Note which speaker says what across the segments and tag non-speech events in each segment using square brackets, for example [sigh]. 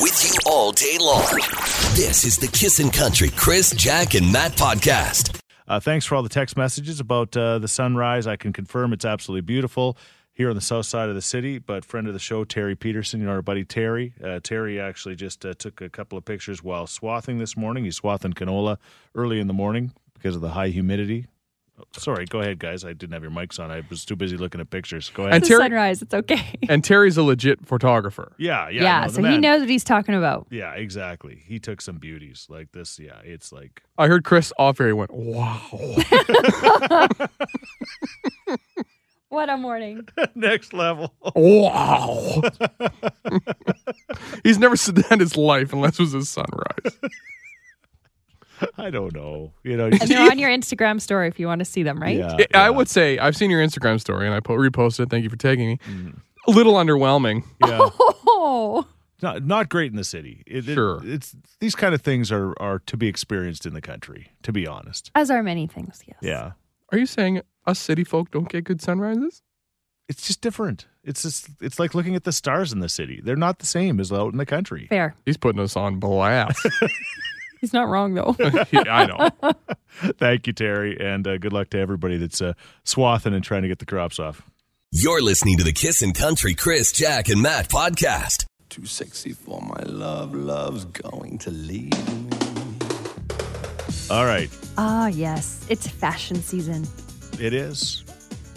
Speaker 1: with you all day long. This is the Kissin' Country Chris, Jack, and Matt podcast.
Speaker 2: Uh, thanks for all the text messages about uh, the sunrise. I can confirm it's absolutely beautiful here on the south side of the city. But friend of the show, Terry Peterson, you know our buddy Terry. Uh, Terry actually just uh, took a couple of pictures while swathing this morning. He's swathing canola early in the morning because of the high humidity. Oh, Sorry, go ahead, guys. I didn't have your mics on. I was too busy looking at pictures. Go ahead.
Speaker 3: And
Speaker 4: It's
Speaker 3: Terry-
Speaker 4: a sunrise. It's okay. [laughs]
Speaker 3: And Terry's a legit photographer.
Speaker 2: yeah, yeah.
Speaker 4: Yeah,
Speaker 2: no, the
Speaker 4: so he
Speaker 2: man-
Speaker 4: knows what he's talking about.
Speaker 2: Yeah, exactly. He took some beauties like this. Yeah, it's like [laughs]
Speaker 3: I heard Chris off air. He went, "Wow."
Speaker 4: What a morning.
Speaker 2: next level. [laughs]
Speaker 3: Wow. [laughs] He's never said that in his life unless it was his sunrise.
Speaker 2: I don't know. You know,
Speaker 4: [laughs] And they're on your Instagram story if you want to see them, [laughs] right?
Speaker 2: yeah,
Speaker 3: I- I
Speaker 2: yeah.
Speaker 3: would say I've seen your Instagram story and I po- reposted it. Thank you for tagging me. A little underwhelming.
Speaker 2: Yeah.
Speaker 4: Oh,
Speaker 2: not not great in the city. It, it-
Speaker 3: Sure.
Speaker 2: it's these kind of things are are to be experienced in the country. To be honest,
Speaker 4: as are many things, yes.
Speaker 2: yeah,
Speaker 3: Are you saying us city folk don't get good sunrises?
Speaker 2: it's just different. It's just it's like looking at the stars in the city. They're not the same as out in the
Speaker 4: [laughs]
Speaker 2: country.
Speaker 4: Fair.
Speaker 3: He's putting us on blast.
Speaker 4: He's not wrong,
Speaker 2: [laughs]
Speaker 4: though.
Speaker 3: I know.
Speaker 2: Thank you, Terry, and uh, good luck to everybody that's uh, swathing and trying to get the crops off.
Speaker 1: You're listening to the Kissin' Country Chris, Jack, and Matt podcast.
Speaker 5: Too sexy for my love, love's going to leave me.
Speaker 2: All right,
Speaker 4: Ah, yes. It's fashion season.
Speaker 2: it is.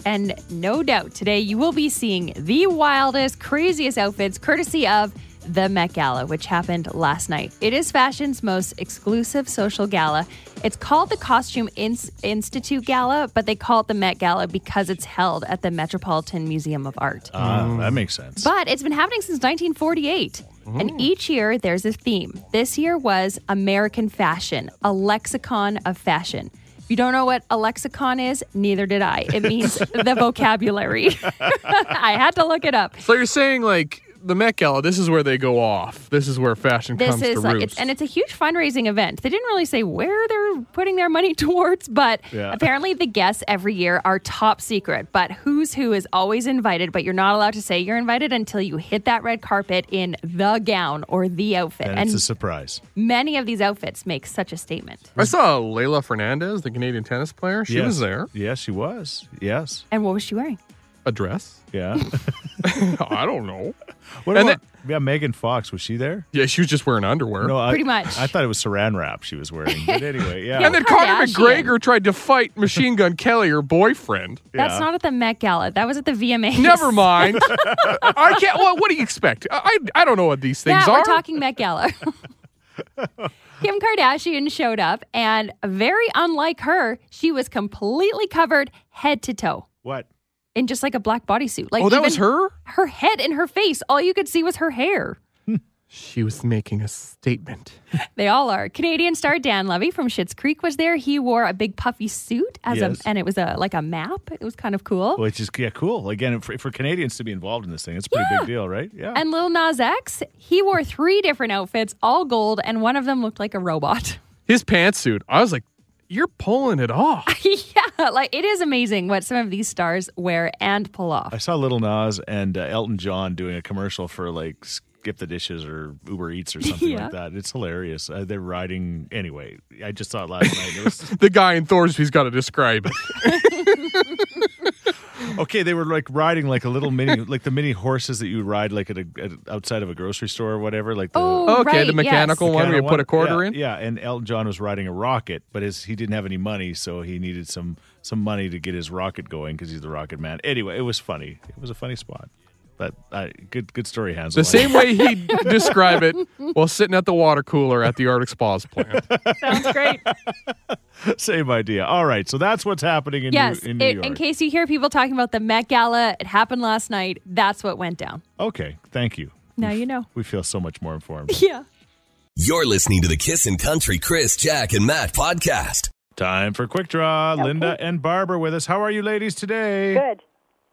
Speaker 4: And no doubt today you will be seeing the wildest, craziest outfits courtesy of the Met Gala, which happened last night. It is fashion's most exclusive social gala. It's called the Costume Ins- Institute Gala, but they call it the Met Gala because it's held at the Metropolitan Museum of Art.
Speaker 2: Uh, That makes sense.
Speaker 4: But it's been happening since 1948. And each year there's a theme. This year was American fashion, a lexicon of fashion. If you don't know what a lexicon is, neither did I. It means the vocabulary. [laughs] I had to look it up.
Speaker 3: so you're saying like the Met Gala, this is where they go off. This is where fashion
Speaker 4: This
Speaker 3: comes
Speaker 4: is
Speaker 3: to
Speaker 4: like,
Speaker 3: roost.
Speaker 4: it's, and it's a huge fundraising event. They didn't really say where they're putting their money [laughs] towards, but
Speaker 2: Yeah.
Speaker 4: apparently the guests every year are top secret. But who's who is always invited, but you're not allowed to say you're invited until you hit that red carpet in the gown or the outfit.
Speaker 2: and it's a surprise.
Speaker 4: many of these outfits make such a statement.
Speaker 3: I saw Layla Fernandez, the Canadian tennis player. She
Speaker 2: yes.
Speaker 3: was there.
Speaker 2: Yes, she was. Yes.
Speaker 4: And what was she wearing?
Speaker 3: A dress? [laughs]
Speaker 2: Yeah.
Speaker 3: I don't know.
Speaker 2: what
Speaker 3: And
Speaker 2: about yeah, Megan Fox? Was she there?
Speaker 3: Yeah, she was just wearing underwear.
Speaker 2: No, I,
Speaker 4: Pretty much.
Speaker 2: I thought it was saran wrap she was wearing. But
Speaker 4: [laughs]
Speaker 2: anyway, yeah.
Speaker 3: and then Conor
Speaker 4: Kardashian.
Speaker 3: McGregor tried to fight Machine Gun Kelly, her boyfriend.
Speaker 2: Yeah.
Speaker 4: That's not at the Met Gala. That was at the VMAs.
Speaker 3: Never mind.
Speaker 4: [laughs]
Speaker 3: I can't. Well, what do you expect? I, I I don't know what these things
Speaker 4: Matt,
Speaker 3: are.
Speaker 4: we're talking Met Gala. [laughs] Kim Kardashian showed up, and very unlike her, she was completely covered head to toe
Speaker 2: what?
Speaker 4: in just like a black bodysuit. Like
Speaker 3: oh, that
Speaker 4: even
Speaker 3: was her.
Speaker 4: Her head and her face. All you could see was her hair.
Speaker 3: She was making a statement.
Speaker 4: They all are. Canadian star Dan Levy from Schitt's Creek was there. He wore a big puffy suit as
Speaker 2: Yes.
Speaker 4: a, and it was a like a map. It was kind of cool.
Speaker 2: Which is yeah, cool. Again, for, for Canadians to be involved in this thing, it's a pretty big deal, right? Yeah.
Speaker 4: And Lil Nas X, he wore three different outfits, all gold, and one of them looked like a robot.
Speaker 3: His pantsuit. I was like, you're pulling it
Speaker 4: [laughs]
Speaker 3: off.
Speaker 4: yeah, like it is amazing what some of these stars wear and pull
Speaker 2: I
Speaker 4: off.
Speaker 2: saw Little Nas and uh, Elton John doing a commercial for like Skip the Dishes or Uber Eats or something
Speaker 4: [laughs] Yeah.
Speaker 2: like that. It's hilarious. Uh, they're riding anyway. I just saw it last night. It
Speaker 4: [laughs]
Speaker 2: was,
Speaker 3: the guy in Thorsby's got to describe it.
Speaker 2: okay, they were like riding like a little mini, like the mini horses that you ride like at, a, at outside of a grocery store or whatever. Like the
Speaker 4: Oh,
Speaker 3: okay,
Speaker 4: right,
Speaker 3: the
Speaker 4: yes.
Speaker 3: mechanical
Speaker 2: the
Speaker 3: one
Speaker 2: kinda
Speaker 3: where you put a quarter
Speaker 2: yeah,
Speaker 3: in.
Speaker 2: Yeah, and Elton John was riding a rocket, but his he didn't have any money, so he needed some some money to get his rocket going because he's the rocket man. Anyway, it was funny. It was a funny spot. But I, good good story, Hansel.
Speaker 3: The same way
Speaker 4: [laughs]
Speaker 3: he'd describe it while sitting at the water cooler at the Arctic Spas
Speaker 2: [laughs]
Speaker 3: plant.
Speaker 4: Sounds great.
Speaker 2: [laughs] same idea. All right, so that's what's happening in
Speaker 4: yes,
Speaker 2: New, in New
Speaker 4: it-
Speaker 2: York.
Speaker 4: in case you hear people talking about the Met Gala, it happened last night. That's what went down.
Speaker 2: okay, thank you.
Speaker 4: Now you know.
Speaker 2: We feel so much more informed.
Speaker 4: [laughs] Yeah.
Speaker 1: You're listening to the Kissin' Country Chris, Jack, and Matt podcast.
Speaker 2: Time for quick
Speaker 4: [laughs]
Speaker 2: draw. Linda and Barbara with us. How are you, ladies, today?
Speaker 6: Good.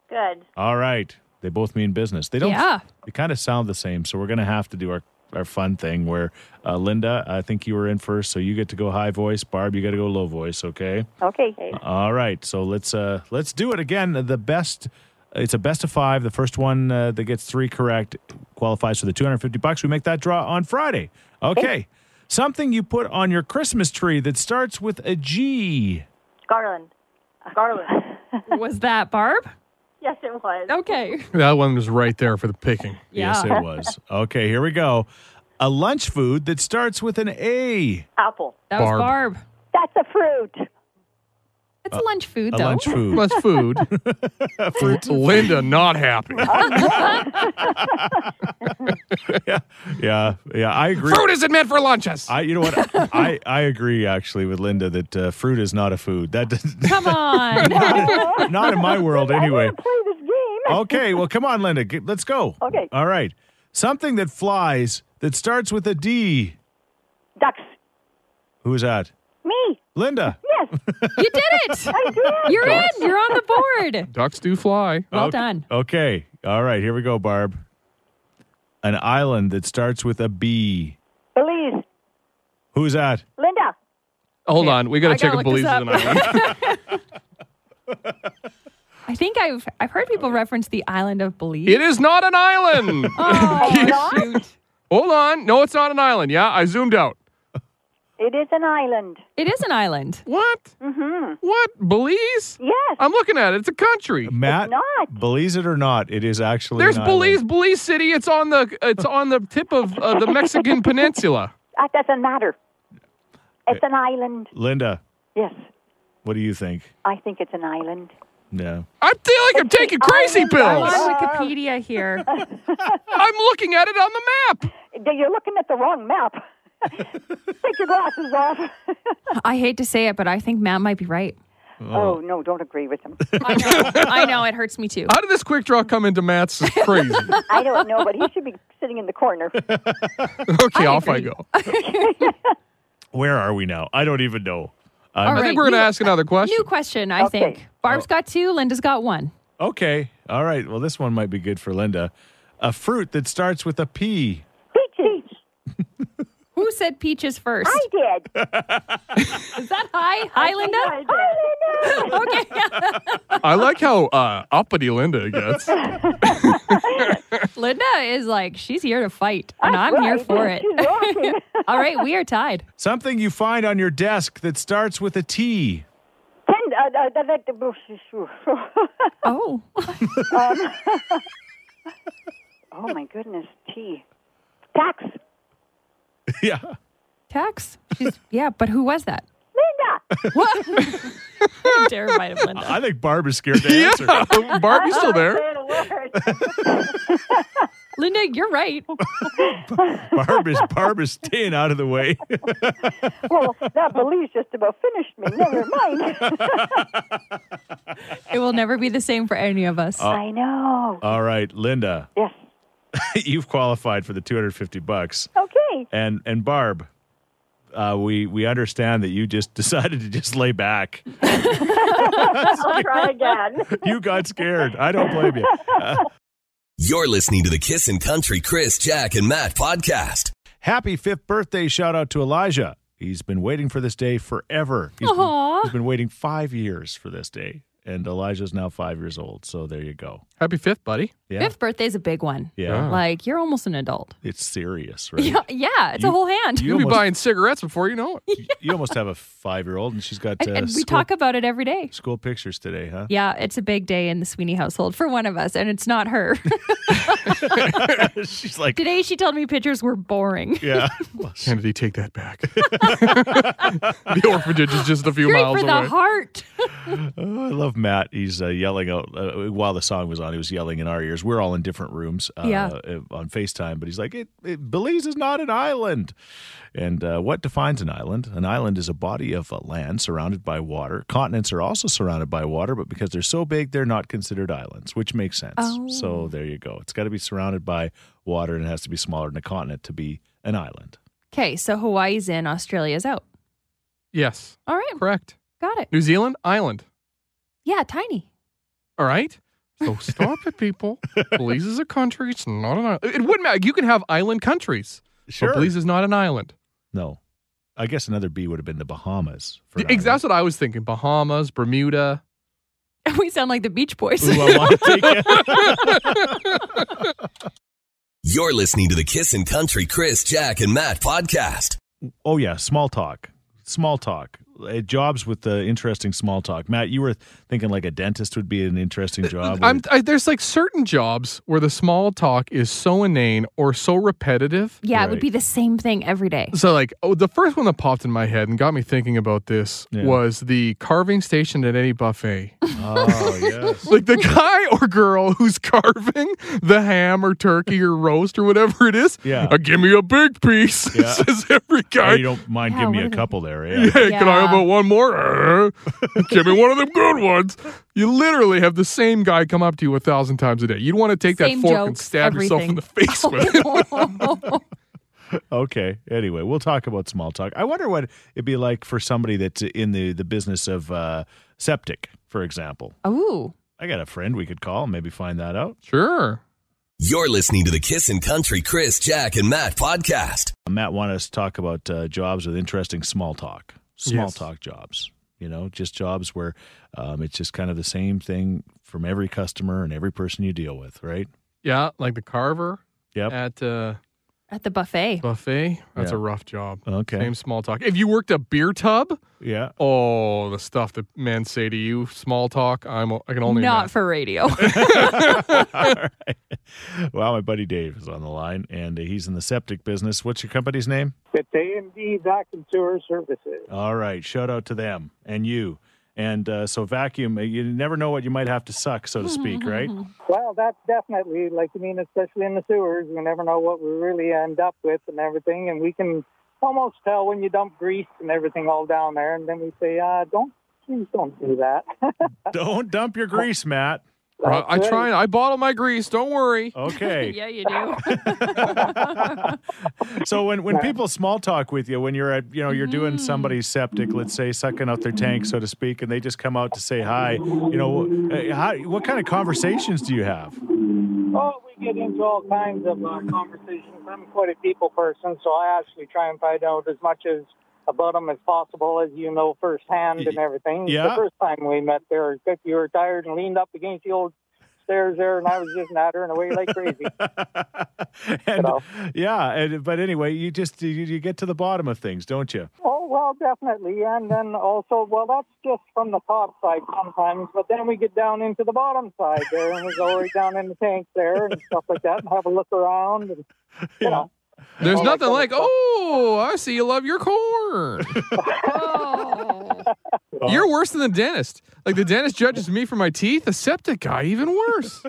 Speaker 6: Good.
Speaker 2: All right. They both mean business. They don't.
Speaker 4: Yeah.
Speaker 2: They kind of sound the same, so we're gonna have to do our our fun thing where uh, Linda, I think you were in first, so you get to go high voice. Barb, you got to go low voice. Okay.
Speaker 6: Okay.
Speaker 2: All right. So let's uh let's do it again. The best It's a best of five. The first one uh, that gets three correct qualifies for the 250 bucks. We make that draw on Friday. Okay. Something you put on your Christmas tree that starts with a G.
Speaker 6: Garland. [laughs] Garland.
Speaker 4: Was that Barb?
Speaker 6: yes, it was.
Speaker 4: Okay.
Speaker 3: That one was right there for the picking.
Speaker 2: Yes, it was. Okay, here we go. A lunch food that starts with an A.
Speaker 6: Apple.
Speaker 4: that was
Speaker 3: Barb.
Speaker 4: Barb.
Speaker 6: That's a fruit.
Speaker 4: It's lunch food,
Speaker 2: Uh, A
Speaker 4: though.
Speaker 2: lunch food.
Speaker 3: That's [laughs] food. Linda not happy.
Speaker 2: yeah, yeah, I agree.
Speaker 3: [laughs] Fruit isn't meant for lunches.
Speaker 2: I, you know what? I, I agree actually with Linda that uh, fruit is not a food. That does,
Speaker 4: [laughs]
Speaker 2: [laughs]
Speaker 4: Come on.
Speaker 2: not in my world anyway.
Speaker 6: Play this game.
Speaker 2: Okay, well, come on, Linda, Get, let's go.
Speaker 6: Okay.
Speaker 2: All right. Something that flies that starts with a D.
Speaker 6: Ducks.
Speaker 2: Who's that?
Speaker 6: Me.
Speaker 2: Linda.
Speaker 6: Yes.
Speaker 4: you did it. You're in. You're on the board.
Speaker 3: Ducks do fly.
Speaker 4: Well
Speaker 2: okay.
Speaker 4: done.
Speaker 2: Okay. All right. Here we go, Barb. An island that starts with a B.
Speaker 6: Belize.
Speaker 2: Who's that?
Speaker 6: Linda.
Speaker 3: Oh, Hold on, we got
Speaker 4: I
Speaker 3: to check if
Speaker 4: gotta look this
Speaker 3: Belize is an island.
Speaker 4: I think I've I've heard people reference the island of Belize.
Speaker 3: it is not an island.
Speaker 4: [laughs] Oh, shoot.
Speaker 3: Hold on, no, it's not an island. Yeah, I zoomed out.
Speaker 6: It is an island.
Speaker 4: It is an island.
Speaker 3: What? Mm-hmm. What? Belize?
Speaker 6: Yes.
Speaker 3: I'm looking at it. It's a country.
Speaker 2: Matt.
Speaker 6: not. Uh,
Speaker 2: Believe it or not, it is actually.
Speaker 3: There's
Speaker 2: an island.
Speaker 3: Belize, Belize City. It's on the it's on the tip of uh, the Mexican Peninsula.
Speaker 6: That doesn't matter. It's an island.
Speaker 2: Linda,
Speaker 6: Yes.
Speaker 2: what do you think?
Speaker 6: I think it's an island.
Speaker 2: No.
Speaker 3: I feel like I'm taking crazy
Speaker 4: I'm
Speaker 3: pills.
Speaker 4: on Wikipedia
Speaker 2: [laughs]
Speaker 4: here.
Speaker 3: I'm looking at it on the map.
Speaker 6: You're looking at the wrong map. Take your glasses off.
Speaker 4: I hate to say it, but I think Matt might be right.
Speaker 6: Oh, no, don't agree with him.
Speaker 4: I know. I know. It hurts me too.
Speaker 3: How did this quick draw come into Matt's? It's
Speaker 4: [laughs]
Speaker 3: crazy.
Speaker 6: I don't know, but he should be sitting in the corner.
Speaker 3: Okay, off I
Speaker 4: agree.
Speaker 3: go.
Speaker 2: Where are we now? I don't even know.
Speaker 4: All
Speaker 3: I
Speaker 4: right,
Speaker 3: think we're gonna
Speaker 4: new-
Speaker 3: ask another question.
Speaker 4: New question, I
Speaker 6: Okay.
Speaker 4: think. Barb's got two, Linda's got one.
Speaker 2: Okay. All right. Well, this one might be good for Linda. A fruit that starts with a P.
Speaker 6: Peaches.
Speaker 4: Who said peaches first?
Speaker 6: I did.
Speaker 4: Is that hi? Hi, Linda?
Speaker 6: I did.
Speaker 4: Okay. [laughs]
Speaker 3: I like how uh, uppity Linda gets.
Speaker 4: Linda is like, she's here to fight, and I'm
Speaker 6: Oh,
Speaker 4: here for it.
Speaker 6: She's rocking. [laughs]
Speaker 4: All right, we are tied.
Speaker 2: Something you find on your desk that starts with a T. [laughs]
Speaker 6: Ten, uh, uh, that- that-
Speaker 4: Oh.
Speaker 6: [laughs]
Speaker 4: [laughs]
Speaker 6: oh, my goodness. Tea. Tax.
Speaker 2: yeah.
Speaker 4: Tex. She's, yeah, but who was that?
Speaker 6: Linda.
Speaker 4: What? [laughs] I'm terrified of Linda.
Speaker 2: I think Barb is scared to answer.
Speaker 3: [laughs] yeah, Oh, Barb, you still there?
Speaker 6: Good word.
Speaker 4: Linda, you're right.
Speaker 2: Barb is Barb is staying out of the way. [laughs]
Speaker 6: Well, that Belize just about finished me. Never mind.
Speaker 4: It will never be the same for any of us.
Speaker 6: [laughs] I know.
Speaker 2: All right, Linda, [laughs]
Speaker 6: Yes.
Speaker 2: you've qualified for the 250 bucks.
Speaker 6: Okay.
Speaker 2: And and Barb, uh, we we understand that you just [laughs] decided to just lay back.
Speaker 6: [laughs] I'll try [laughs] again.
Speaker 2: You got scared. I don't blame you.
Speaker 1: You're listening to the Kissin' Country Chris, Jack, and Matt podcast.
Speaker 2: Happy fifth birthday shout out to Elijah. He's been waiting for this day forever. He's been,
Speaker 4: Aw.
Speaker 2: he's been waiting five years for this day. And Elijah's now five years old. So there you go.
Speaker 3: [laughs] Happy fifth, buddy.
Speaker 2: Yeah.
Speaker 4: Fifth birthday's a big one.
Speaker 2: Yeah.
Speaker 4: Like, you're almost an adult. [laughs]
Speaker 2: It's serious, right?
Speaker 4: Yeah, yeah it's
Speaker 2: You-
Speaker 4: a whole hand.
Speaker 2: you
Speaker 3: You'll be
Speaker 2: almost-
Speaker 3: buying cigarettes before you know it.
Speaker 2: You almost have a five year old and she's got
Speaker 4: and
Speaker 2: uh,
Speaker 4: and we
Speaker 2: school,
Speaker 4: talk about it every day.
Speaker 2: school pictures today, huh?
Speaker 4: Yeah, it's a big day in the Sweeney household for one of us, and it's not her. [laughs]
Speaker 2: [laughs] she's like,
Speaker 4: Today she told me pictures
Speaker 3: [laughs]
Speaker 4: were boring.
Speaker 2: yeah.
Speaker 4: [laughs]
Speaker 2: [laughs] Well, she-
Speaker 3: [laughs] Kennedy, take that [laughs] back. the orphanage is just a few
Speaker 4: Great
Speaker 3: miles
Speaker 4: for
Speaker 3: away.
Speaker 4: the heart.
Speaker 2: oh, I love Matt. He's uh, yelling out uh, while the song was on. He was yelling in our ears. We're all in different rooms uh,
Speaker 4: Yeah.
Speaker 2: uh, on FaceTime, but he's like, it, it, Belize is not an island. And uh, what defines an island? An island is a body of uh, land surrounded by water. Continents are also surrounded by water, but because they're so big, they're not considered islands, which makes sense.
Speaker 4: Oh.
Speaker 2: So there you go. It's got to be surrounded by water and it has to be smaller than a continent to be an island.
Speaker 4: Okay, so Hawaii's in, Australia's out.
Speaker 3: yes,
Speaker 4: All right,
Speaker 3: correct.
Speaker 4: got it.
Speaker 3: New Zealand, island.
Speaker 4: Yeah, tiny. [laughs]
Speaker 3: All right. So stop it, [laughs] people. Belize is a country. It's not an island. It wouldn't matter. You can have island countries. But Belize is not an island.
Speaker 2: No. I guess another B would have been the Bahamas. for an island.
Speaker 3: Ex- That's what I was thinking. Bahamas, Bermuda.
Speaker 4: We sound like the Beach Boys.
Speaker 2: Ooh, I want to take it.
Speaker 1: You're listening to the Kissin' Country Chris, Jack, and Matt podcast.
Speaker 2: Oh yeah, small talk. Small talk. Uh, jobs with the interesting small talk. Matt, you were thinking like a dentist would be an interesting job.
Speaker 3: I'm, I, there's like certain jobs where the small talk is so inane or so repetitive.
Speaker 4: [laughs] yeah, it would
Speaker 2: Right.
Speaker 4: be the same thing every day.
Speaker 3: So like, oh, the first one that popped in my head and got me thinking about this
Speaker 2: Yeah.
Speaker 3: was the carving station at any buffet.
Speaker 2: oh yes.
Speaker 3: like the guy [laughs] or girl who's carving the ham or turkey or roast or whatever it is.
Speaker 2: Yeah.
Speaker 3: "Uh, give me a big piece. [laughs]
Speaker 2: Yeah.
Speaker 3: says every
Speaker 2: Oh,
Speaker 3: guy.
Speaker 2: you don't mind
Speaker 4: Yeah,
Speaker 2: giving
Speaker 4: what
Speaker 2: me a
Speaker 4: are they-
Speaker 2: couple there, yeah.
Speaker 3: [laughs] Hey, can I
Speaker 4: Yeah.
Speaker 3: have a one more? [laughs] Uh, Give me one of them good ones. You literally have the same guy come up to you a thousand times a day. You'd want to take
Speaker 4: Same
Speaker 3: that fork and
Speaker 4: jokes,
Speaker 3: stab yourself in the [laughs] face
Speaker 4: [laughs]
Speaker 3: with it.
Speaker 2: Okay. Anyway, we'll talk about small talk. I wonder what it'd be like for somebody that's in the the business of uh, septic, for example.
Speaker 4: Ooh.
Speaker 2: I got a friend we could call, and maybe find that out.
Speaker 3: Sure.
Speaker 1: You're listening to the Kissin' Country Chris, Jack, and Matt podcast.
Speaker 2: Matt wanted us to talk about uh, jobs with interesting small talk, small
Speaker 3: Yes.
Speaker 2: talk jobs. You know, just jobs where um, it's just kind of the same thing from every customer and every person you deal with, right?
Speaker 3: Yeah, like the carver
Speaker 2: Yep.
Speaker 3: at uh,
Speaker 4: At the buffet.
Speaker 3: buffet. That's
Speaker 2: Yeah.
Speaker 3: a rough job.
Speaker 2: Okay.
Speaker 3: Same small talk. If you worked a beer tub,
Speaker 2: Yeah. [laughs]
Speaker 3: oh, the stuff that men say to you, small talk. I'm I can only
Speaker 4: Not
Speaker 3: imagine.
Speaker 4: for radio.
Speaker 2: Well, my buddy Dave is on the line, and he's in the septic business. What's your company's name?
Speaker 7: It's AMD Vac and Sewer Services.
Speaker 2: All right. Shout out to them and you. And uh, so, vacuum, uh, you never know what you might have to suck, so to speak, right?
Speaker 7: Well, that's definitely, like you mean, especially in the sewers, you never know what we really end up with and everything. And we can almost tell when you dump grease and everything all down there. And then we say, uh, don't, please don't do that. [laughs]
Speaker 2: Don't dump your grease, Matt.
Speaker 3: Right, I
Speaker 7: That's
Speaker 3: try.
Speaker 7: right.
Speaker 3: I bottle my grease. Don't worry.
Speaker 2: Okay.
Speaker 4: [laughs] yeah, you do.
Speaker 2: So when, when people small talk with you, when you're at you know you're doing
Speaker 3: Mm.
Speaker 2: somebody's septic, let's say sucking out their tank, so to speak, and they just come out to say hi, you know, uh, how, what kind of conversations do you have? [laughs]
Speaker 7: Oh, we get into all kinds of uh, conversations. I'm quite a people person, so I actually try and find out as much as about them as possible, as you know firsthand and everything.
Speaker 2: Yeah.
Speaker 7: The first time we met there, Vic, you were tired and leaned up against the old stairs there, and I was just nattering away like crazy.
Speaker 2: And
Speaker 7: know.
Speaker 2: yeah, and, but anyway, you just you, you get to the bottom of things, don't you?
Speaker 7: Oh, well, definitely. And then also, well, that's just from the top side sometimes, but then we get down into the bottom side there, and we go right down in the tanks there and stuff like that and have a look around. And, you know.
Speaker 3: There's
Speaker 7: Oh, my
Speaker 3: nothing like,
Speaker 7: goodness.
Speaker 3: oh, I see you love
Speaker 2: [laughs]
Speaker 3: your corn.
Speaker 4: Oh.
Speaker 3: You're worse than the dentist. Like the dentist judges me for my teeth. The septic guy even
Speaker 2: [laughs]
Speaker 3: worse.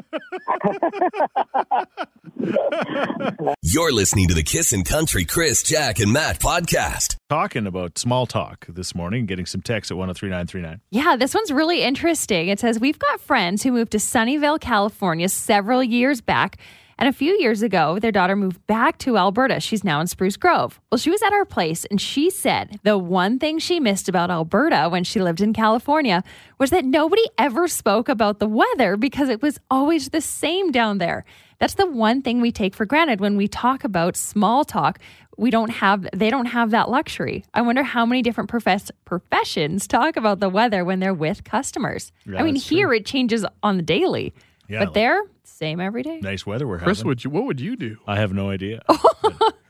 Speaker 1: You're listening to the Kissin' Country Chris, Jack, and Matt podcast.
Speaker 2: Talking about small talk this morning, getting some texts at one zero three nine three nine.
Speaker 4: Yeah, this one's really interesting. It says We've got friends who moved to Sunnyvale, California several years back. And a few years ago, their daughter moved back to Alberta. She's now in Spruce Grove. Well, she was at our place and she said the one thing she missed about Alberta when she lived in California was that nobody ever spoke about the weather because it was always the same down there. That's the one thing we take for granted when we talk about small talk. We don't have they don't have that luxury. I wonder how many different profess, professions talk about the weather when they're with customers.
Speaker 2: Yeah,
Speaker 4: I mean,
Speaker 2: that's true.
Speaker 4: here it changes on the daily,
Speaker 2: Yeah,
Speaker 4: but
Speaker 2: like-
Speaker 4: there same every day.
Speaker 2: Nice weather we're
Speaker 3: Chris,
Speaker 2: having.
Speaker 3: would Oh. you? What would you do?
Speaker 2: I have no idea.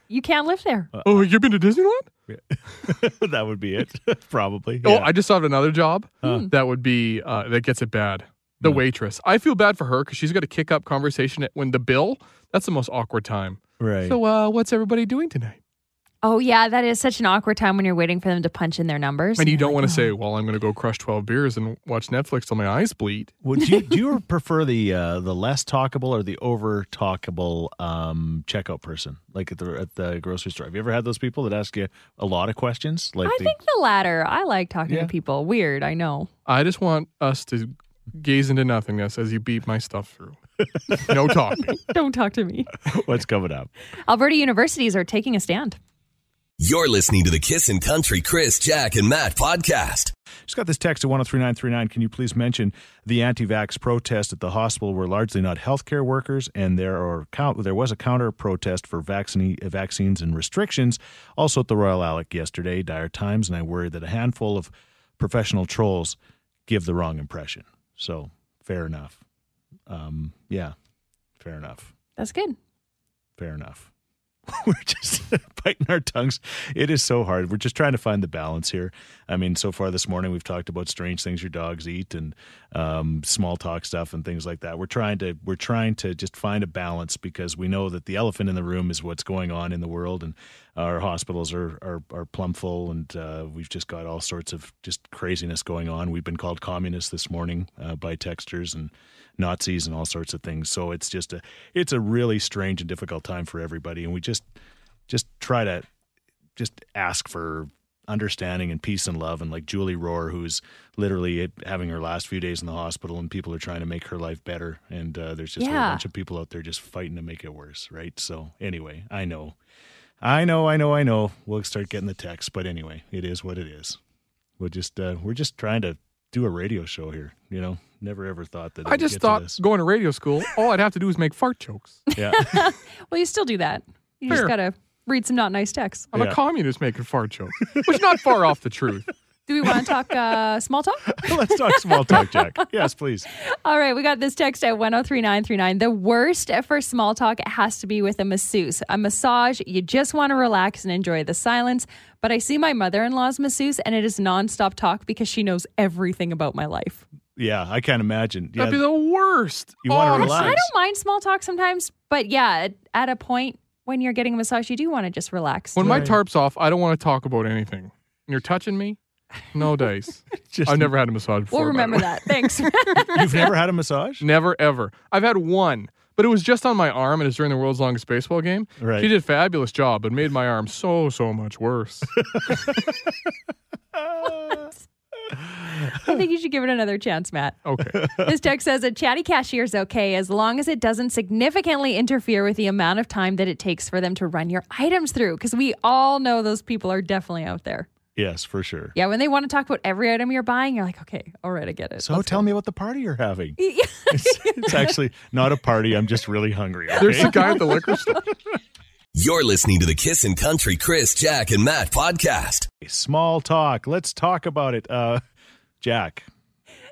Speaker 4: You can't live there.
Speaker 2: Uh,
Speaker 3: oh, you've been to Disneyland?
Speaker 2: [laughs] that would be it, [laughs] probably.
Speaker 3: Oh,
Speaker 2: Yeah.
Speaker 3: I just thought of another job that would be uh, that gets it bad.
Speaker 2: Hmm.
Speaker 3: The waitress. I feel bad for her because she's got to kick up conversation at, when the bill. That's the most awkward time.
Speaker 2: right.
Speaker 3: So, uh, what's everybody doing tonight?
Speaker 4: Oh yeah, that is such an awkward time when you're waiting for them to punch in their numbers.
Speaker 3: And you don't want to say, "Well, I'm going to go crush 12 beers and watch Netflix till my eyes bleed."
Speaker 2: Would you do you [laughs] prefer the uh, the less talkable or the over talkable um, checkout person, like at the at the grocery store? Have you ever had those people that ask you a lot of questions? Like
Speaker 4: I
Speaker 2: the,
Speaker 4: think the latter. I like talking
Speaker 2: Yeah.
Speaker 4: to people. Weird, I know.
Speaker 3: I just want us to gaze into nothingness as you beat my stuff through.
Speaker 2: [laughs]
Speaker 3: No talking.
Speaker 4: Don't talk to me.
Speaker 2: what's coming up?
Speaker 4: Alberta universities are taking a stand.
Speaker 1: You're listening to the Kissin' Country Chris, Jack, and Matt podcast.
Speaker 2: Just got this text at 103939. Can you please mention the anti-vax protest at the hospital were largely not healthcare workers, and there are count there was a counter protest for vaccine vaccines and restrictions. Also at the Royal Alec yesterday, dire times, and I worry that a handful of professional trolls give the wrong impression. So fair enough. Um, yeah, fair enough.
Speaker 4: That's good.
Speaker 2: Fair enough. [laughs] We're just [laughs] biting our tongues. It is so hard. We're just trying to find the balance here. I mean, so far this morning we've talked about strange things your dogs eat and um, small talk stuff and things like that. We're trying to we're trying to just find a balance because we know that the elephant in the room is what's going on in the world and our hospitals are are, are plumb full and uh, we've just got all sorts of just craziness going on. We've been called communists this morning uh, by texters and Nazis and all sorts of things. So it's just a it's a really strange and difficult time for everybody, and we just just try to just ask for understanding and peace and love and like Julie Rohr who's literally having her last few days in the hospital and people are trying to make her life better and uh, there's just a
Speaker 4: Yeah.
Speaker 2: whole bunch of people out there just fighting to make it worse right so anyway I know I know I know I know we'll start getting the text but anyway it is what it is we'll just uh, we're just trying to do a radio show here you know never ever thought that it
Speaker 3: I
Speaker 2: would
Speaker 3: just
Speaker 2: get to
Speaker 3: thought
Speaker 2: this.
Speaker 3: going to radio school, all I'd have to do is make
Speaker 2: [laughs]
Speaker 3: fart jokes.
Speaker 2: yeah
Speaker 4: Well, you still do that. You just
Speaker 3: Fair.
Speaker 4: gotta read some not nice texts.
Speaker 3: I'm
Speaker 2: Yeah.
Speaker 3: a communist making fart jokes, which is not far off the truth.
Speaker 4: Do we want to
Speaker 3: [laughs]
Speaker 4: talk uh, small talk?
Speaker 2: let's talk small talk Jack yes please
Speaker 4: All right, we got this text at 103939. The worst for small talk has to be with a masseuse. A massage, you just want to relax and enjoy the silence. But I see my mother in law's masseuse, and it is nonstop talk because she knows everything about my life.
Speaker 2: yeah I can't imagine [laughs] yeah
Speaker 3: That'd be the worst.
Speaker 2: You wanna
Speaker 3: Oh, I'm
Speaker 2: relax.
Speaker 4: I don't mind small talk sometimes, but yeah, at, at a point when you're getting a massage, you do want to just relax.
Speaker 3: When my
Speaker 2: Right.
Speaker 3: tarp's off, I don't want to talk about anything. And you're touching me?
Speaker 2: [laughs]
Speaker 3: No dice.
Speaker 2: just
Speaker 3: I've never had a massage before.
Speaker 4: We'll
Speaker 3: by the
Speaker 4: remember
Speaker 3: way.
Speaker 4: that.
Speaker 3: [laughs]
Speaker 4: Thanks.
Speaker 2: You've never had a massage?
Speaker 3: Never ever. I've had one, but it was just on my arm, and it was during the world's longest baseball game.
Speaker 2: Right.
Speaker 3: She did a fabulous job, but made my arm so so much worse.
Speaker 4: I think you should give it another chance, Matt.
Speaker 2: [laughs]
Speaker 3: Okay.
Speaker 4: This text says a chatty cashier is okay as long as it doesn't significantly interfere with the amount of time that it takes for them to run your items through. Because we all know those people are definitely out there.
Speaker 2: Yes, for sure.
Speaker 4: Yeah, when they want to talk about every item you're buying, you're like, okay, all right, I get it.
Speaker 2: So tell me about the party you're
Speaker 4: [laughs]
Speaker 2: having. It's, it's actually not a party. I'm just really hungry. okay?
Speaker 3: There's the guy at the [laughs] liquor store.
Speaker 1: You're listening to the Kissin' Country Chris, Jack, and Matt podcast.
Speaker 2: Small talk. Let's talk about it. Uh, Jack.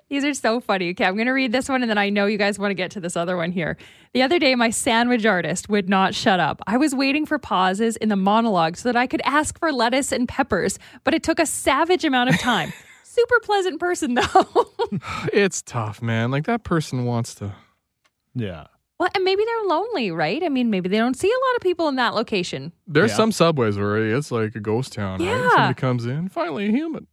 Speaker 4: These are so funny. Okay, I'm going to read this one and then I know you guys want to get to this other one here. The other day, my sandwich artist would not shut up. I was waiting for pauses in the monologue so that I could ask for lettuce and peppers, but it took a savage amount of time. Super pleasant person, though. [laughs]
Speaker 3: It's tough, man. Like that person wants to.
Speaker 2: Yeah.
Speaker 4: Well, and maybe they're lonely, right? I mean, maybe they don't see a lot of people in that location.
Speaker 3: There's
Speaker 2: Yeah.
Speaker 3: some subways where it's like a ghost town.
Speaker 4: Yeah.
Speaker 3: Right? Somebody comes in, finally a human.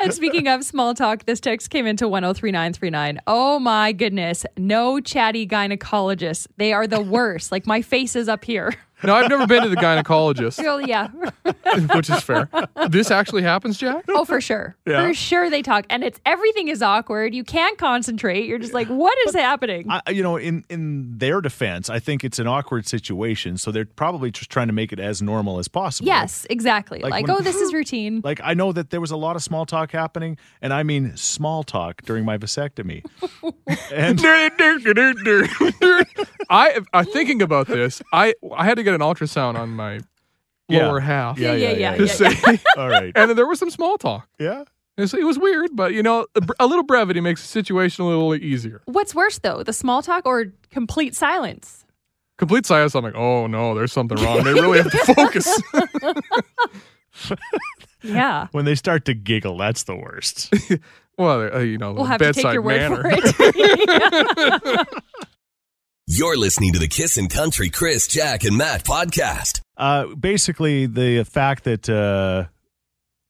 Speaker 4: And speaking of small talk, this text came into 103939. Oh my goodness. No chatty gynecologists. They are the worst. like my face is up here. [laughs]
Speaker 3: No, I've never been to the [laughs] gynecologist,
Speaker 4: Really, yeah.
Speaker 3: which is fair. This actually happens, [laughs] Jack.
Speaker 4: Oh, for sure.
Speaker 2: Yeah.
Speaker 4: For sure they talk. And it's everything is awkward. You can't concentrate. You're just like, what is happening?
Speaker 2: I, you know, in, in their defense, I think it's an awkward situation. So they're probably just trying to make it as normal as possible.
Speaker 4: yes, exactly.
Speaker 2: Like
Speaker 4: Like,
Speaker 2: when-
Speaker 4: oh, this is routine.
Speaker 2: Like I know that there was a lot of small talk happening, and I mean small talk during my
Speaker 4: [laughs]
Speaker 2: vasectomy.
Speaker 3: I am uh, thinking about this. I I had to get an ultrasound on my
Speaker 2: Yeah.
Speaker 3: lower half.
Speaker 4: Yeah, yeah, yeah,
Speaker 2: [laughs]
Speaker 3: To say-
Speaker 2: All right.
Speaker 3: and there was some small talk.
Speaker 2: Yeah.
Speaker 3: It's- It was weird, but you know, a br- a little brevity makes the situation a little easier.
Speaker 4: What's worse, though, the small talk or complete silence?
Speaker 3: Complete silence. I'm like, oh no, there's something wrong. They really have [laughs] to focus.
Speaker 4: Yeah.
Speaker 2: When they start to giggle, that's the worst.
Speaker 3: well, uh, you know,
Speaker 4: We'll have to
Speaker 3: bedside
Speaker 4: take your word
Speaker 3: manner.
Speaker 4: for it. [laughs]
Speaker 2: [laughs]
Speaker 1: You're listening to the Kissin' Country Chris, Jack, and Matt podcast.
Speaker 2: Uh, basically, the fact that uh,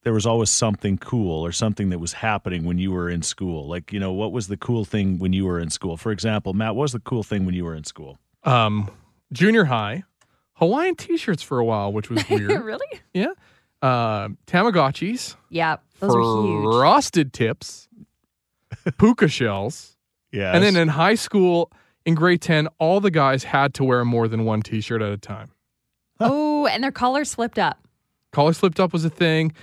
Speaker 2: there was always something cool or something that was happening when you were in school. Like, you know, what was the cool thing when you were in school? For example, Matt, what was the cool thing when you were in school?
Speaker 3: [laughs] um, junior high, Hawaiian t-shirts for a while, which
Speaker 4: [laughs]
Speaker 3: was weird.
Speaker 4: really?
Speaker 3: yeah. Um Tamagotchis,
Speaker 4: Yeah, those were huge.
Speaker 3: frosted tips,
Speaker 2: [laughs]
Speaker 3: puka shells,
Speaker 2: Yeah.
Speaker 3: and then in high school, in grade ten, all the guys had to wear more than one t-shirt at a time.
Speaker 4: Oh, and their collars flipped up.
Speaker 3: Collar slipped up was a thing.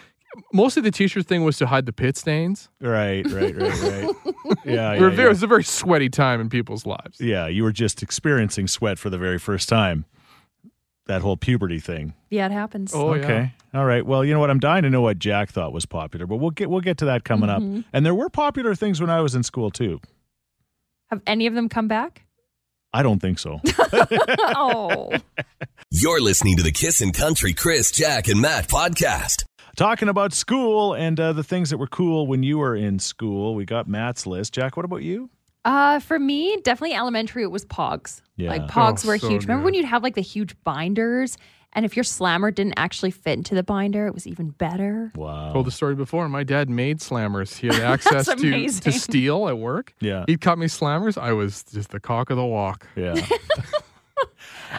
Speaker 3: Mostly the t-shirt thing was to hide the pit stains.
Speaker 2: [laughs] right, right, right, right.
Speaker 3: [laughs]
Speaker 2: yeah, yeah,
Speaker 3: It was a very- It
Speaker 2: yeah.
Speaker 3: was a very sweaty time in people's lives.
Speaker 2: Yeah, you were just experiencing sweat for the very first time. That whole puberty thing.
Speaker 4: Yeah, it happens.
Speaker 3: Oh, yeah.
Speaker 2: Okay. All right. Well, you know what? I'm dying to know what Jack thought was popular, but we'll get we'll get to that coming
Speaker 3: Mm-hmm.
Speaker 2: up. And there were popular things when I was in school too.
Speaker 4: Have any of them come
Speaker 2: [laughs]
Speaker 4: back?
Speaker 2: I don't think so.
Speaker 4: oh.
Speaker 1: You're listening to the Kissin' Country Chris, Jack, and Matt podcast.
Speaker 2: Talking about school and uh, the things that were cool when you were in school, we got Matt's list. Jack, what about you?
Speaker 4: Uh, for me, definitely elementary, it was pogs.
Speaker 2: Yeah.
Speaker 4: Like pogs
Speaker 3: Oh,
Speaker 4: were
Speaker 3: so
Speaker 4: huge. Remember
Speaker 3: good.
Speaker 4: when you'd have like the huge binders? And if your slammer didn't actually fit into the binder, it was even better.
Speaker 2: Wow.
Speaker 3: told the story before. My dad made slammers. [laughs] He had access to,
Speaker 4: amazing.
Speaker 3: to steel at work.
Speaker 2: Yeah.
Speaker 3: He cut me slammers. I was just the cock of the walk. [laughs]
Speaker 2: Yeah.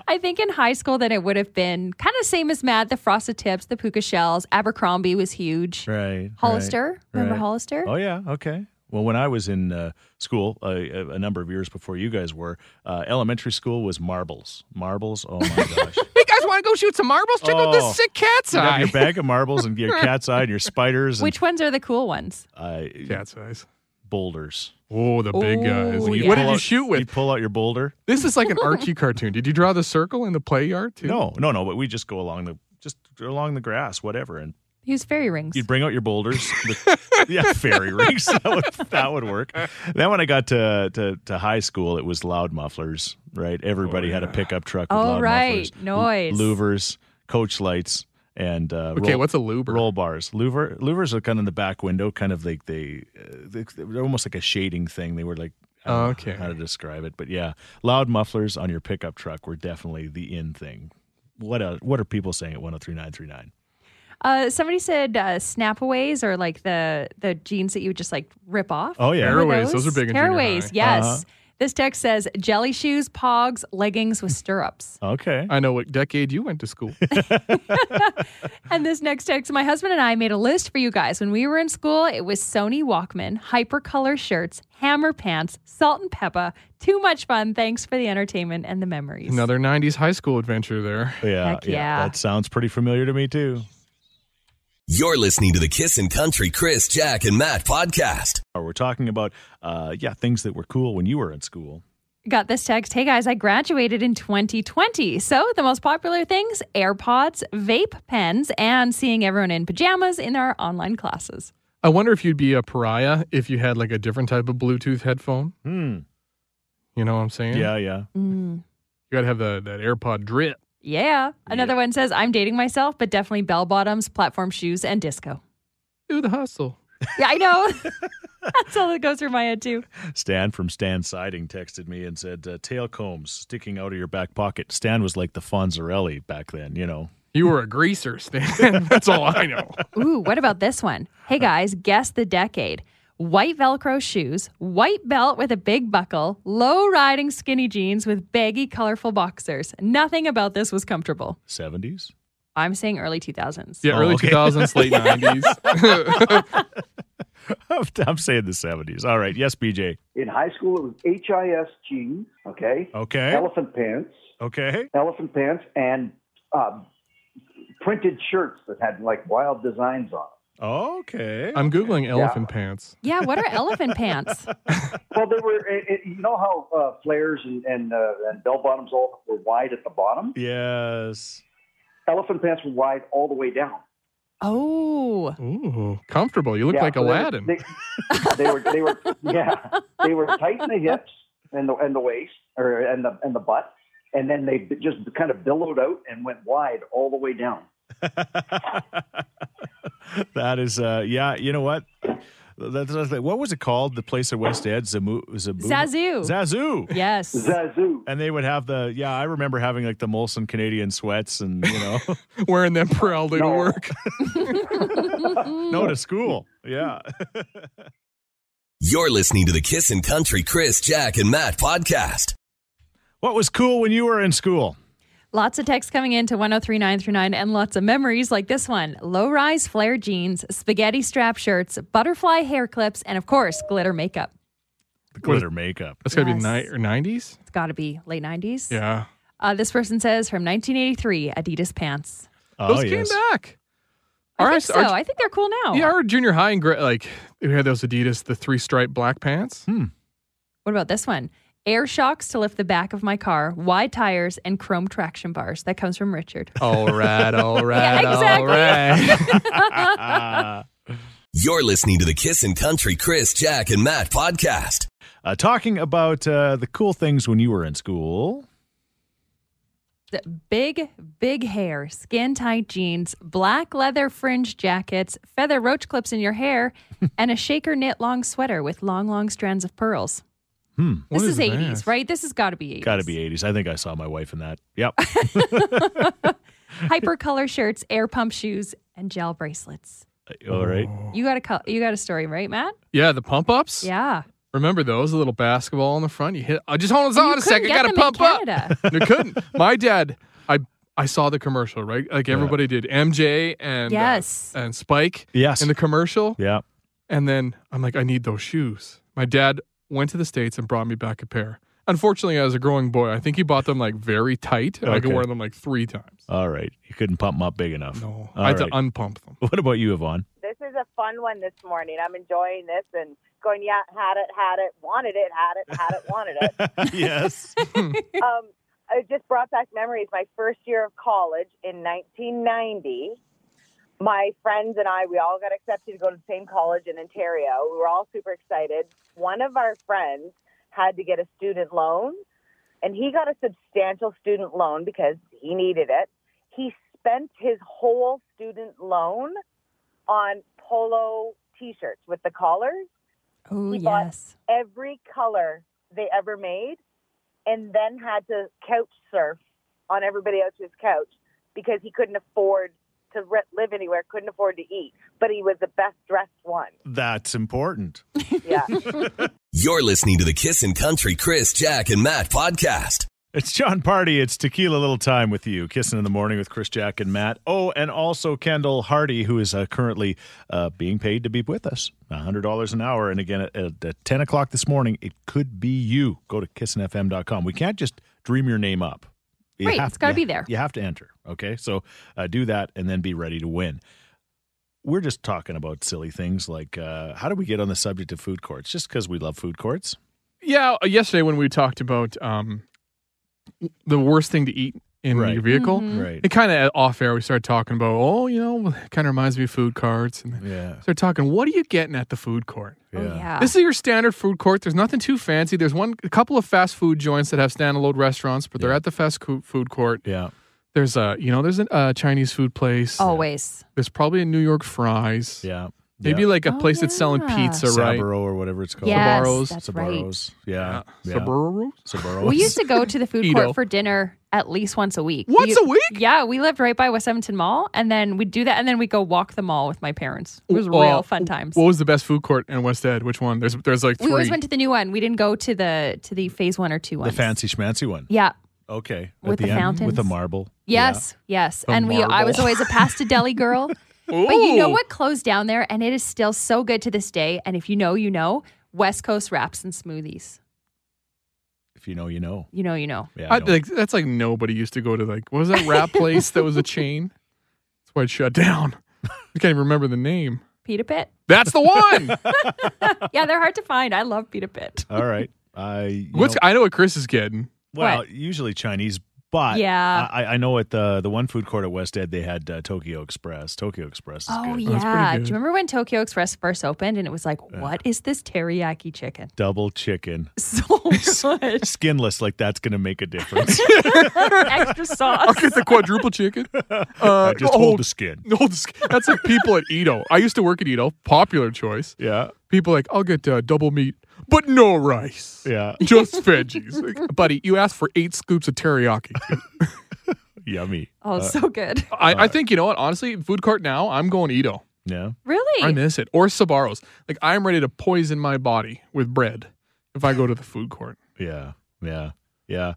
Speaker 4: I think in high school, then it would have been kind of same as Matt the frosted tips, the puka shells. Abercrombie was huge.
Speaker 2: Right.
Speaker 4: Hollister. Remember
Speaker 2: right.
Speaker 4: Hollister?
Speaker 2: Oh yeah. Okay. Well, when I was in uh, school, uh, a a number of years before you guys were, uh, elementary school was marbles. Marbles. Oh my
Speaker 3: [laughs]
Speaker 2: gosh.
Speaker 3: Hey guys, want to go shoot some marbles? Check out
Speaker 2: Oh.
Speaker 3: this sick cat's
Speaker 2: You have
Speaker 3: eye.
Speaker 2: your bag of marbles and your cat's eye and your spiders and
Speaker 4: Which ones are the cool ones?
Speaker 2: uh,
Speaker 3: [laughs] Cat's eyes.
Speaker 2: boulders.
Speaker 3: Oh, the big guys.
Speaker 4: Ooh, yeah.
Speaker 3: What did
Speaker 2: Pull
Speaker 3: you
Speaker 2: out-
Speaker 3: shoot
Speaker 2: You
Speaker 3: with?
Speaker 2: pull out your boulder.
Speaker 3: This is [laughs] like an Archie cartoon. Did you draw the circle in the play yard too?
Speaker 2: No, no, no. But we just go along the just along the grass, whatever, and
Speaker 4: Use fairy rings.
Speaker 2: You'd bring out your boulders. The-
Speaker 4: [laughs]
Speaker 2: yeah, fairy rings. [laughs] That would, that would work. Then when I got to, to, to high school, it was loud mufflers, right? Everybody had a pickup truck with
Speaker 4: Oh,
Speaker 2: loud
Speaker 4: right.
Speaker 2: mufflers.
Speaker 4: Noise.
Speaker 2: Lu- Louvers, coach lights, and uh,
Speaker 3: Okay,
Speaker 2: roll,
Speaker 3: what's a luber?
Speaker 2: roll bars. Louver, louvers are kind of in the back window, kind of like they, uh, they, they're almost like a shading thing. They were like, I don't know
Speaker 3: Okay.
Speaker 2: how to describe it, but yeah, loud mufflers on your pickup truck were definitely the in thing. What, uh, what are people saying at 103939?
Speaker 4: Uh, somebody said uh, snapaways are like the the jeans that you would just like rip off.
Speaker 2: Oh, yeah.
Speaker 4: Remember
Speaker 3: Tearaways, those are big in junior
Speaker 4: Tearaways,
Speaker 3: high.
Speaker 4: yes.
Speaker 2: Uh-huh.
Speaker 4: This text says jelly shoes, pogs, leggings
Speaker 3: [laughs]
Speaker 4: with stirrups.
Speaker 2: Okay.
Speaker 3: I know what decade you went
Speaker 2: [laughs]
Speaker 3: to school.
Speaker 4: and this next text, my husband and I made a list for you guys when we were in school. It was Sony Walkman, hypercolor shirts, hammer pants, salt and pepper. Too much fun. Thanks for the entertainment and the memories.
Speaker 3: Another 90s high school adventure there.
Speaker 2: Yeah,
Speaker 4: Heck yeah.
Speaker 2: That sounds pretty familiar to me too.
Speaker 1: You're listening to the Kissin' Country Chris, Jack, and Matt podcast.
Speaker 2: Or We're talking about uh yeah, things that were cool when you were in school.
Speaker 4: Got this text. Hey guys, I graduated in 2020. So the most popular things AirPods, vape pens, and seeing everyone in pajamas in our online classes.
Speaker 3: I wonder if you'd be a pariah if you had like a different type of Bluetooth headphone.
Speaker 2: Hmm.
Speaker 3: You know what I'm saying?
Speaker 2: Yeah, yeah.
Speaker 4: Mm,
Speaker 3: You got to have the, that AirPod drip.
Speaker 4: yeah. Another one says, I'm dating myself, but definitely bell bottoms, platform shoes, and disco.
Speaker 3: Do the hustle.
Speaker 4: Yeah, I [laughs] know. That's all that goes through my head, too.
Speaker 2: Stan from Stan Siding texted me and said uh, tail combs sticking out of your back pocket. Stan was like the Fonzarelli back then, you know.
Speaker 3: You were a greaser, Stan. [laughs] That's all I know.
Speaker 4: Ooh, what about this one? Hey guys, guess the decade. White Velcro shoes, white belt with a big buckle, low riding skinny jeans with baggy, colorful boxers. Nothing about this was comfortable.
Speaker 2: 70s?
Speaker 4: I'm saying early 2000s.
Speaker 3: Yeah,
Speaker 2: Oh,
Speaker 3: early
Speaker 2: okay.
Speaker 3: 2000s, late
Speaker 4: [laughs]
Speaker 3: 90s.
Speaker 2: [laughs] I'm saying the 70s. All right. Yes, BJ.
Speaker 8: In high school, it was HIS jeans, okay,
Speaker 2: Okay.
Speaker 8: elephant pants,
Speaker 2: Okay.
Speaker 8: elephant pants, and uh, printed shirts that had like wild designs on. them.
Speaker 2: Okay.
Speaker 3: I'm Googling elephant pants.
Speaker 4: Yeah, what are elephant
Speaker 3: [laughs]
Speaker 4: pants?
Speaker 8: Well, they were. It, it, you know how uh, flares and and, uh, and bell bottoms all were wide at the bottom.
Speaker 2: Yes. [laughs]
Speaker 8: Elephant pants were wide all the way down.
Speaker 4: Oh,
Speaker 3: Ooh, comfortable. You look
Speaker 8: Yeah,
Speaker 3: like
Speaker 8: so they were-
Speaker 3: Aladdin.
Speaker 8: They, they were. They were. Yeah, they were tight in the hips and the and the waist or and the and the butt, and then they just kind of billowed out and went wide all the way down.
Speaker 2: That is uh yeah, you know what? That's, that's what was it called? The place at West Ed, Zamu, Zabu,
Speaker 4: Zazu.
Speaker 2: Zazu.
Speaker 4: yes.
Speaker 8: Zazu.
Speaker 2: And they would have the yeah. I remember having like the Molson Canadian sweats, and you know,
Speaker 3: Wearing them Peralta to
Speaker 8: No.
Speaker 3: work. [laughs]
Speaker 2: no to school. Yeah,
Speaker 1: You're listening to the Kissin' Country Chris, Jack, and Matt podcast.
Speaker 2: what was cool when you were in school?
Speaker 4: Lots of texts coming in to 103939 and lots of memories like this one low rise flare jeans, spaghetti strap shirts, butterfly hair clips, and of course, glitter makeup.
Speaker 2: The glitter makeup.
Speaker 3: That's got to
Speaker 4: Yes.
Speaker 3: be ni- or 90s?
Speaker 4: It's got to be late 90s.
Speaker 3: Yeah.
Speaker 4: Uh, this person says from 1983, Adidas pants.
Speaker 2: Oh
Speaker 3: Those came
Speaker 2: yes,
Speaker 3: back.
Speaker 4: I
Speaker 3: Our
Speaker 4: think
Speaker 3: high-
Speaker 4: so.
Speaker 3: our-
Speaker 4: I think they're cool now.
Speaker 3: Yeah, our junior high Hmm. and gra- like we had those Adidas, the three stripe black pants.
Speaker 4: What about this one? air shocks to lift the back of my car, wide tires, and chrome traction bars. That comes from Richard.
Speaker 3: All right, [laughs] all right, all
Speaker 4: exactly.
Speaker 3: right.
Speaker 4: [laughs]
Speaker 2: Uh,
Speaker 1: You're listening to the Kissin' Country Chris, Jack, and Matt podcast.
Speaker 2: Uh, talking about uh, the cool things when you were in school.
Speaker 4: The Big, big hair, skin tight jeans, black leather fringe jackets, feather roach clips in your hair, and a shaker knit long sweater with long, long strands of pearls.
Speaker 3: What
Speaker 4: this is, 80s,
Speaker 3: this?
Speaker 4: right? This has got to be 80s.
Speaker 2: Got to be [laughs] 80s. I think I saw my wife in that. Yep.
Speaker 4: Hyper color shirts, air pump shoes, and gel bracelets.
Speaker 2: All right.
Speaker 4: You got a col- you got a story, right, Matt?
Speaker 3: Yeah, the pump ups.
Speaker 4: Yeah.
Speaker 3: Remember those? A little basketball on the front. You hit. I just hold
Speaker 4: You
Speaker 3: on a
Speaker 4: couldn't
Speaker 3: second.
Speaker 4: get
Speaker 3: Got to
Speaker 4: them in
Speaker 3: pump up.
Speaker 4: Canada.
Speaker 3: [laughs] No, couldn't. My dad, I I saw the commercial, right? Like everybody did. MJ and uh,
Speaker 4: Yes.
Speaker 3: and Spike
Speaker 2: Yes.
Speaker 3: in the commercial.
Speaker 2: Yeah.
Speaker 3: And then I'm like, I need those shoes. My dad went to the States and brought me back a pair. Unfortunately, as a growing boy, I think he bought them like very tight. and I could
Speaker 2: Okay.
Speaker 3: wear them like three times.
Speaker 2: All right. You couldn't pump them up big enough.
Speaker 3: No,
Speaker 2: All
Speaker 3: I had
Speaker 2: right.
Speaker 3: to unpump them.
Speaker 2: What about you,
Speaker 3: [laughs]
Speaker 2: Yvonne?
Speaker 6: This is a fun one this morning. I'm enjoying this and going, yeah, had it, had it, wanted it, had it, had it, wanted
Speaker 2: [laughs]
Speaker 6: it.
Speaker 2: yes.
Speaker 6: um, it just brought back memories. My first year of college in 1990, my friends and I, we all got accepted to go to the same college in Ontario. We were all super excited. One of our friends had to get a student loan, and he got a substantial student loan because he needed it. He spent his whole student loan on polo t shirts with the collars
Speaker 4: Oh
Speaker 6: He bought-
Speaker 4: yes.
Speaker 6: every color they ever made and then had to couch surf on everybody else's couch because he couldn't afford to re- live anywhere, couldn't afford to eat, but he was the best dressed one.
Speaker 2: That's important.
Speaker 6: Yeah.
Speaker 1: You're listening to the Kissin' Country Chris, Jack, and Matt podcast.
Speaker 2: It's John Party. It's Tequila Little Time with you. Kissing in the morning with Chris, Jack, and Matt. Oh, and also Kendall Hardy, who is uh, currently uh, being paid to be with us, $100 an hour. And again, at, at, at 10 o'clock this morning, it could be you. Go to kissinfm.com. We can't just dream your name up. You
Speaker 4: Right,
Speaker 2: have-
Speaker 4: it's gotta
Speaker 2: you-
Speaker 4: be there.
Speaker 2: You have to enter. Okay. So uh, do that and then be ready to win. We're just talking about silly things like uh, how do we get on the subject of food courts? Just because we love food courts.
Speaker 3: Yeah, uh, yesterday when we talked about um, the worst thing to eat in
Speaker 2: Right.
Speaker 3: your vehicle,
Speaker 4: Mm-hmm.
Speaker 2: Right.
Speaker 3: it kind of off air we started talking about, oh, you know, kind of reminds me of food carts, and then
Speaker 2: Yeah.
Speaker 3: started talking, what are you getting at the food court?
Speaker 4: Oh yeah.
Speaker 3: This is your standard food court. There's nothing too fancy. There's one, a couple of fast food joints that have standalone restaurants, but they're at the fast coo- food court.
Speaker 2: Yeah.
Speaker 3: There's a, you know, there's a uh, Chinese food place.
Speaker 4: Always.
Speaker 3: There's probably a New York fries.
Speaker 2: Yeah.
Speaker 3: Maybe like a
Speaker 4: Oh,
Speaker 3: place that's selling
Speaker 4: yeah.
Speaker 3: pizza, right?
Speaker 2: Sabaro or whatever it's called.
Speaker 4: Yes,
Speaker 3: Sabaros,
Speaker 4: that's
Speaker 2: Sabaros. Yeah. yeah.
Speaker 3: Sabaro?
Speaker 2: Sabaros.
Speaker 4: right. We used to go to the food
Speaker 3: Edo.
Speaker 4: court for dinner at least once a week.
Speaker 3: Once
Speaker 4: We-
Speaker 3: a week?
Speaker 4: Yeah, we lived right by West Edmonton Mall, and then we'd do that, and then we'd go walk the mall with my parents. It was
Speaker 3: Well,
Speaker 4: real fun times.
Speaker 3: uh, What was the best food court in West Ed? Which one? There's there's like three.
Speaker 4: we always went to the new one. We didn't go to the to the phase one or two
Speaker 2: the
Speaker 4: ones.
Speaker 2: fancy schmancy one.
Speaker 4: Yeah.
Speaker 2: Okay. At
Speaker 4: With the
Speaker 2: end,
Speaker 4: fountains.
Speaker 2: With the marble.
Speaker 4: Yes. Yes.
Speaker 3: The
Speaker 4: and we, I was
Speaker 3: marble.
Speaker 4: always a pasta
Speaker 3: [laughs]
Speaker 4: deli girl. But you know what closed down there, and it is still so good to this day. And if you know, you know. West Coast wraps and smoothies.
Speaker 2: If you know, you know.
Speaker 4: You know, you know.
Speaker 2: Yeah.
Speaker 3: I,
Speaker 2: know.
Speaker 3: like, that's like nobody used to go to like what was that
Speaker 4: [laughs]
Speaker 3: rap place that was a chain? That's why it shut down.
Speaker 2: [laughs]
Speaker 3: I can't even remember the name.
Speaker 4: Pita Pit.
Speaker 3: That's the
Speaker 2: [laughs]
Speaker 3: one.
Speaker 4: Yeah, they're hard to find. I love Pita Pit.
Speaker 2: [laughs] All right. I you
Speaker 3: What's
Speaker 2: know,
Speaker 3: I know what Chris is getting. [laughs]
Speaker 2: well
Speaker 4: what?
Speaker 2: usually Chinese, but
Speaker 4: Yeah.
Speaker 2: I, I know at the the one food court at West Ed they had uh, Tokyo Express. Tokyo Express is
Speaker 4: Oh
Speaker 2: good.
Speaker 3: That's pretty
Speaker 4: yeah. Do
Speaker 3: good.
Speaker 4: you remember when Tokyo Express first opened and it was like, what is this teriyaki chicken? [laughs]
Speaker 2: Double chicken,
Speaker 4: So [laughs] good.
Speaker 2: skinless. Like that's gonna make a
Speaker 4: [laughs]
Speaker 2: difference.
Speaker 4: Extra
Speaker 3: I'll
Speaker 4: sauce.
Speaker 3: get the quadruple chicken. Uh,
Speaker 2: [laughs] I just
Speaker 3: oh,
Speaker 2: hold the skin.
Speaker 3: no, this- that's like people at Edo. I used to work at Edo. Popular choice.
Speaker 4: [laughs]
Speaker 2: Yeah.
Speaker 3: People like I'll get uh, double meat, but no rice.
Speaker 2: Yeah.
Speaker 3: [laughs] Just veggies,
Speaker 2: [laughs]
Speaker 3: Like, buddy. You asked for eight scoops of teriyaki.
Speaker 2: Yummy.
Speaker 4: Oh, so good.
Speaker 3: I, I think you know what? Honestly, food court now. I'm going Edo.
Speaker 2: Yeah.
Speaker 4: Really?
Speaker 3: I miss it. Or Sabaros. Like I'm ready to poison my body with bread if I go to the food court.
Speaker 2: Yeah, yeah, yeah.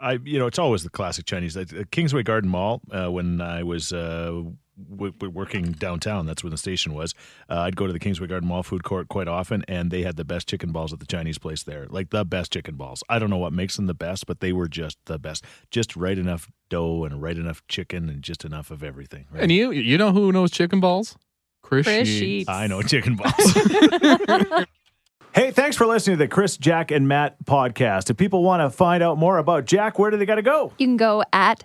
Speaker 2: I, you know, it's always the classic Chinese. Like, uh, Kingsway Garden Mall. Uh, when I was uh, w- w- working downtown, that's where the station was. Uh, I'd go to the Kingsway Garden Mall food court quite often, and they had the best chicken balls at the Chinese place there. Like the best chicken balls. I don't know what makes them the best, but they were just the best. Just right enough dough and right enough chicken and just enough of everything. Right?
Speaker 3: And you you know who knows chicken balls? Chris,
Speaker 4: Chris
Speaker 3: Sheets.
Speaker 4: Sheets.
Speaker 2: I know chicken balls. [laughs] Hey, thanks for listening to the Chris, Jack, and Matt podcast. If people want to find out more about Jack, where do they got to go?
Speaker 4: You can go at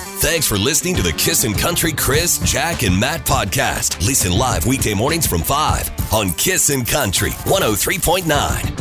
Speaker 1: for listening to the Kissin' Country Chris, Jack, and Matt oh podcast. Listen live weekday mornings from 5 on Kissin' Country 103.9.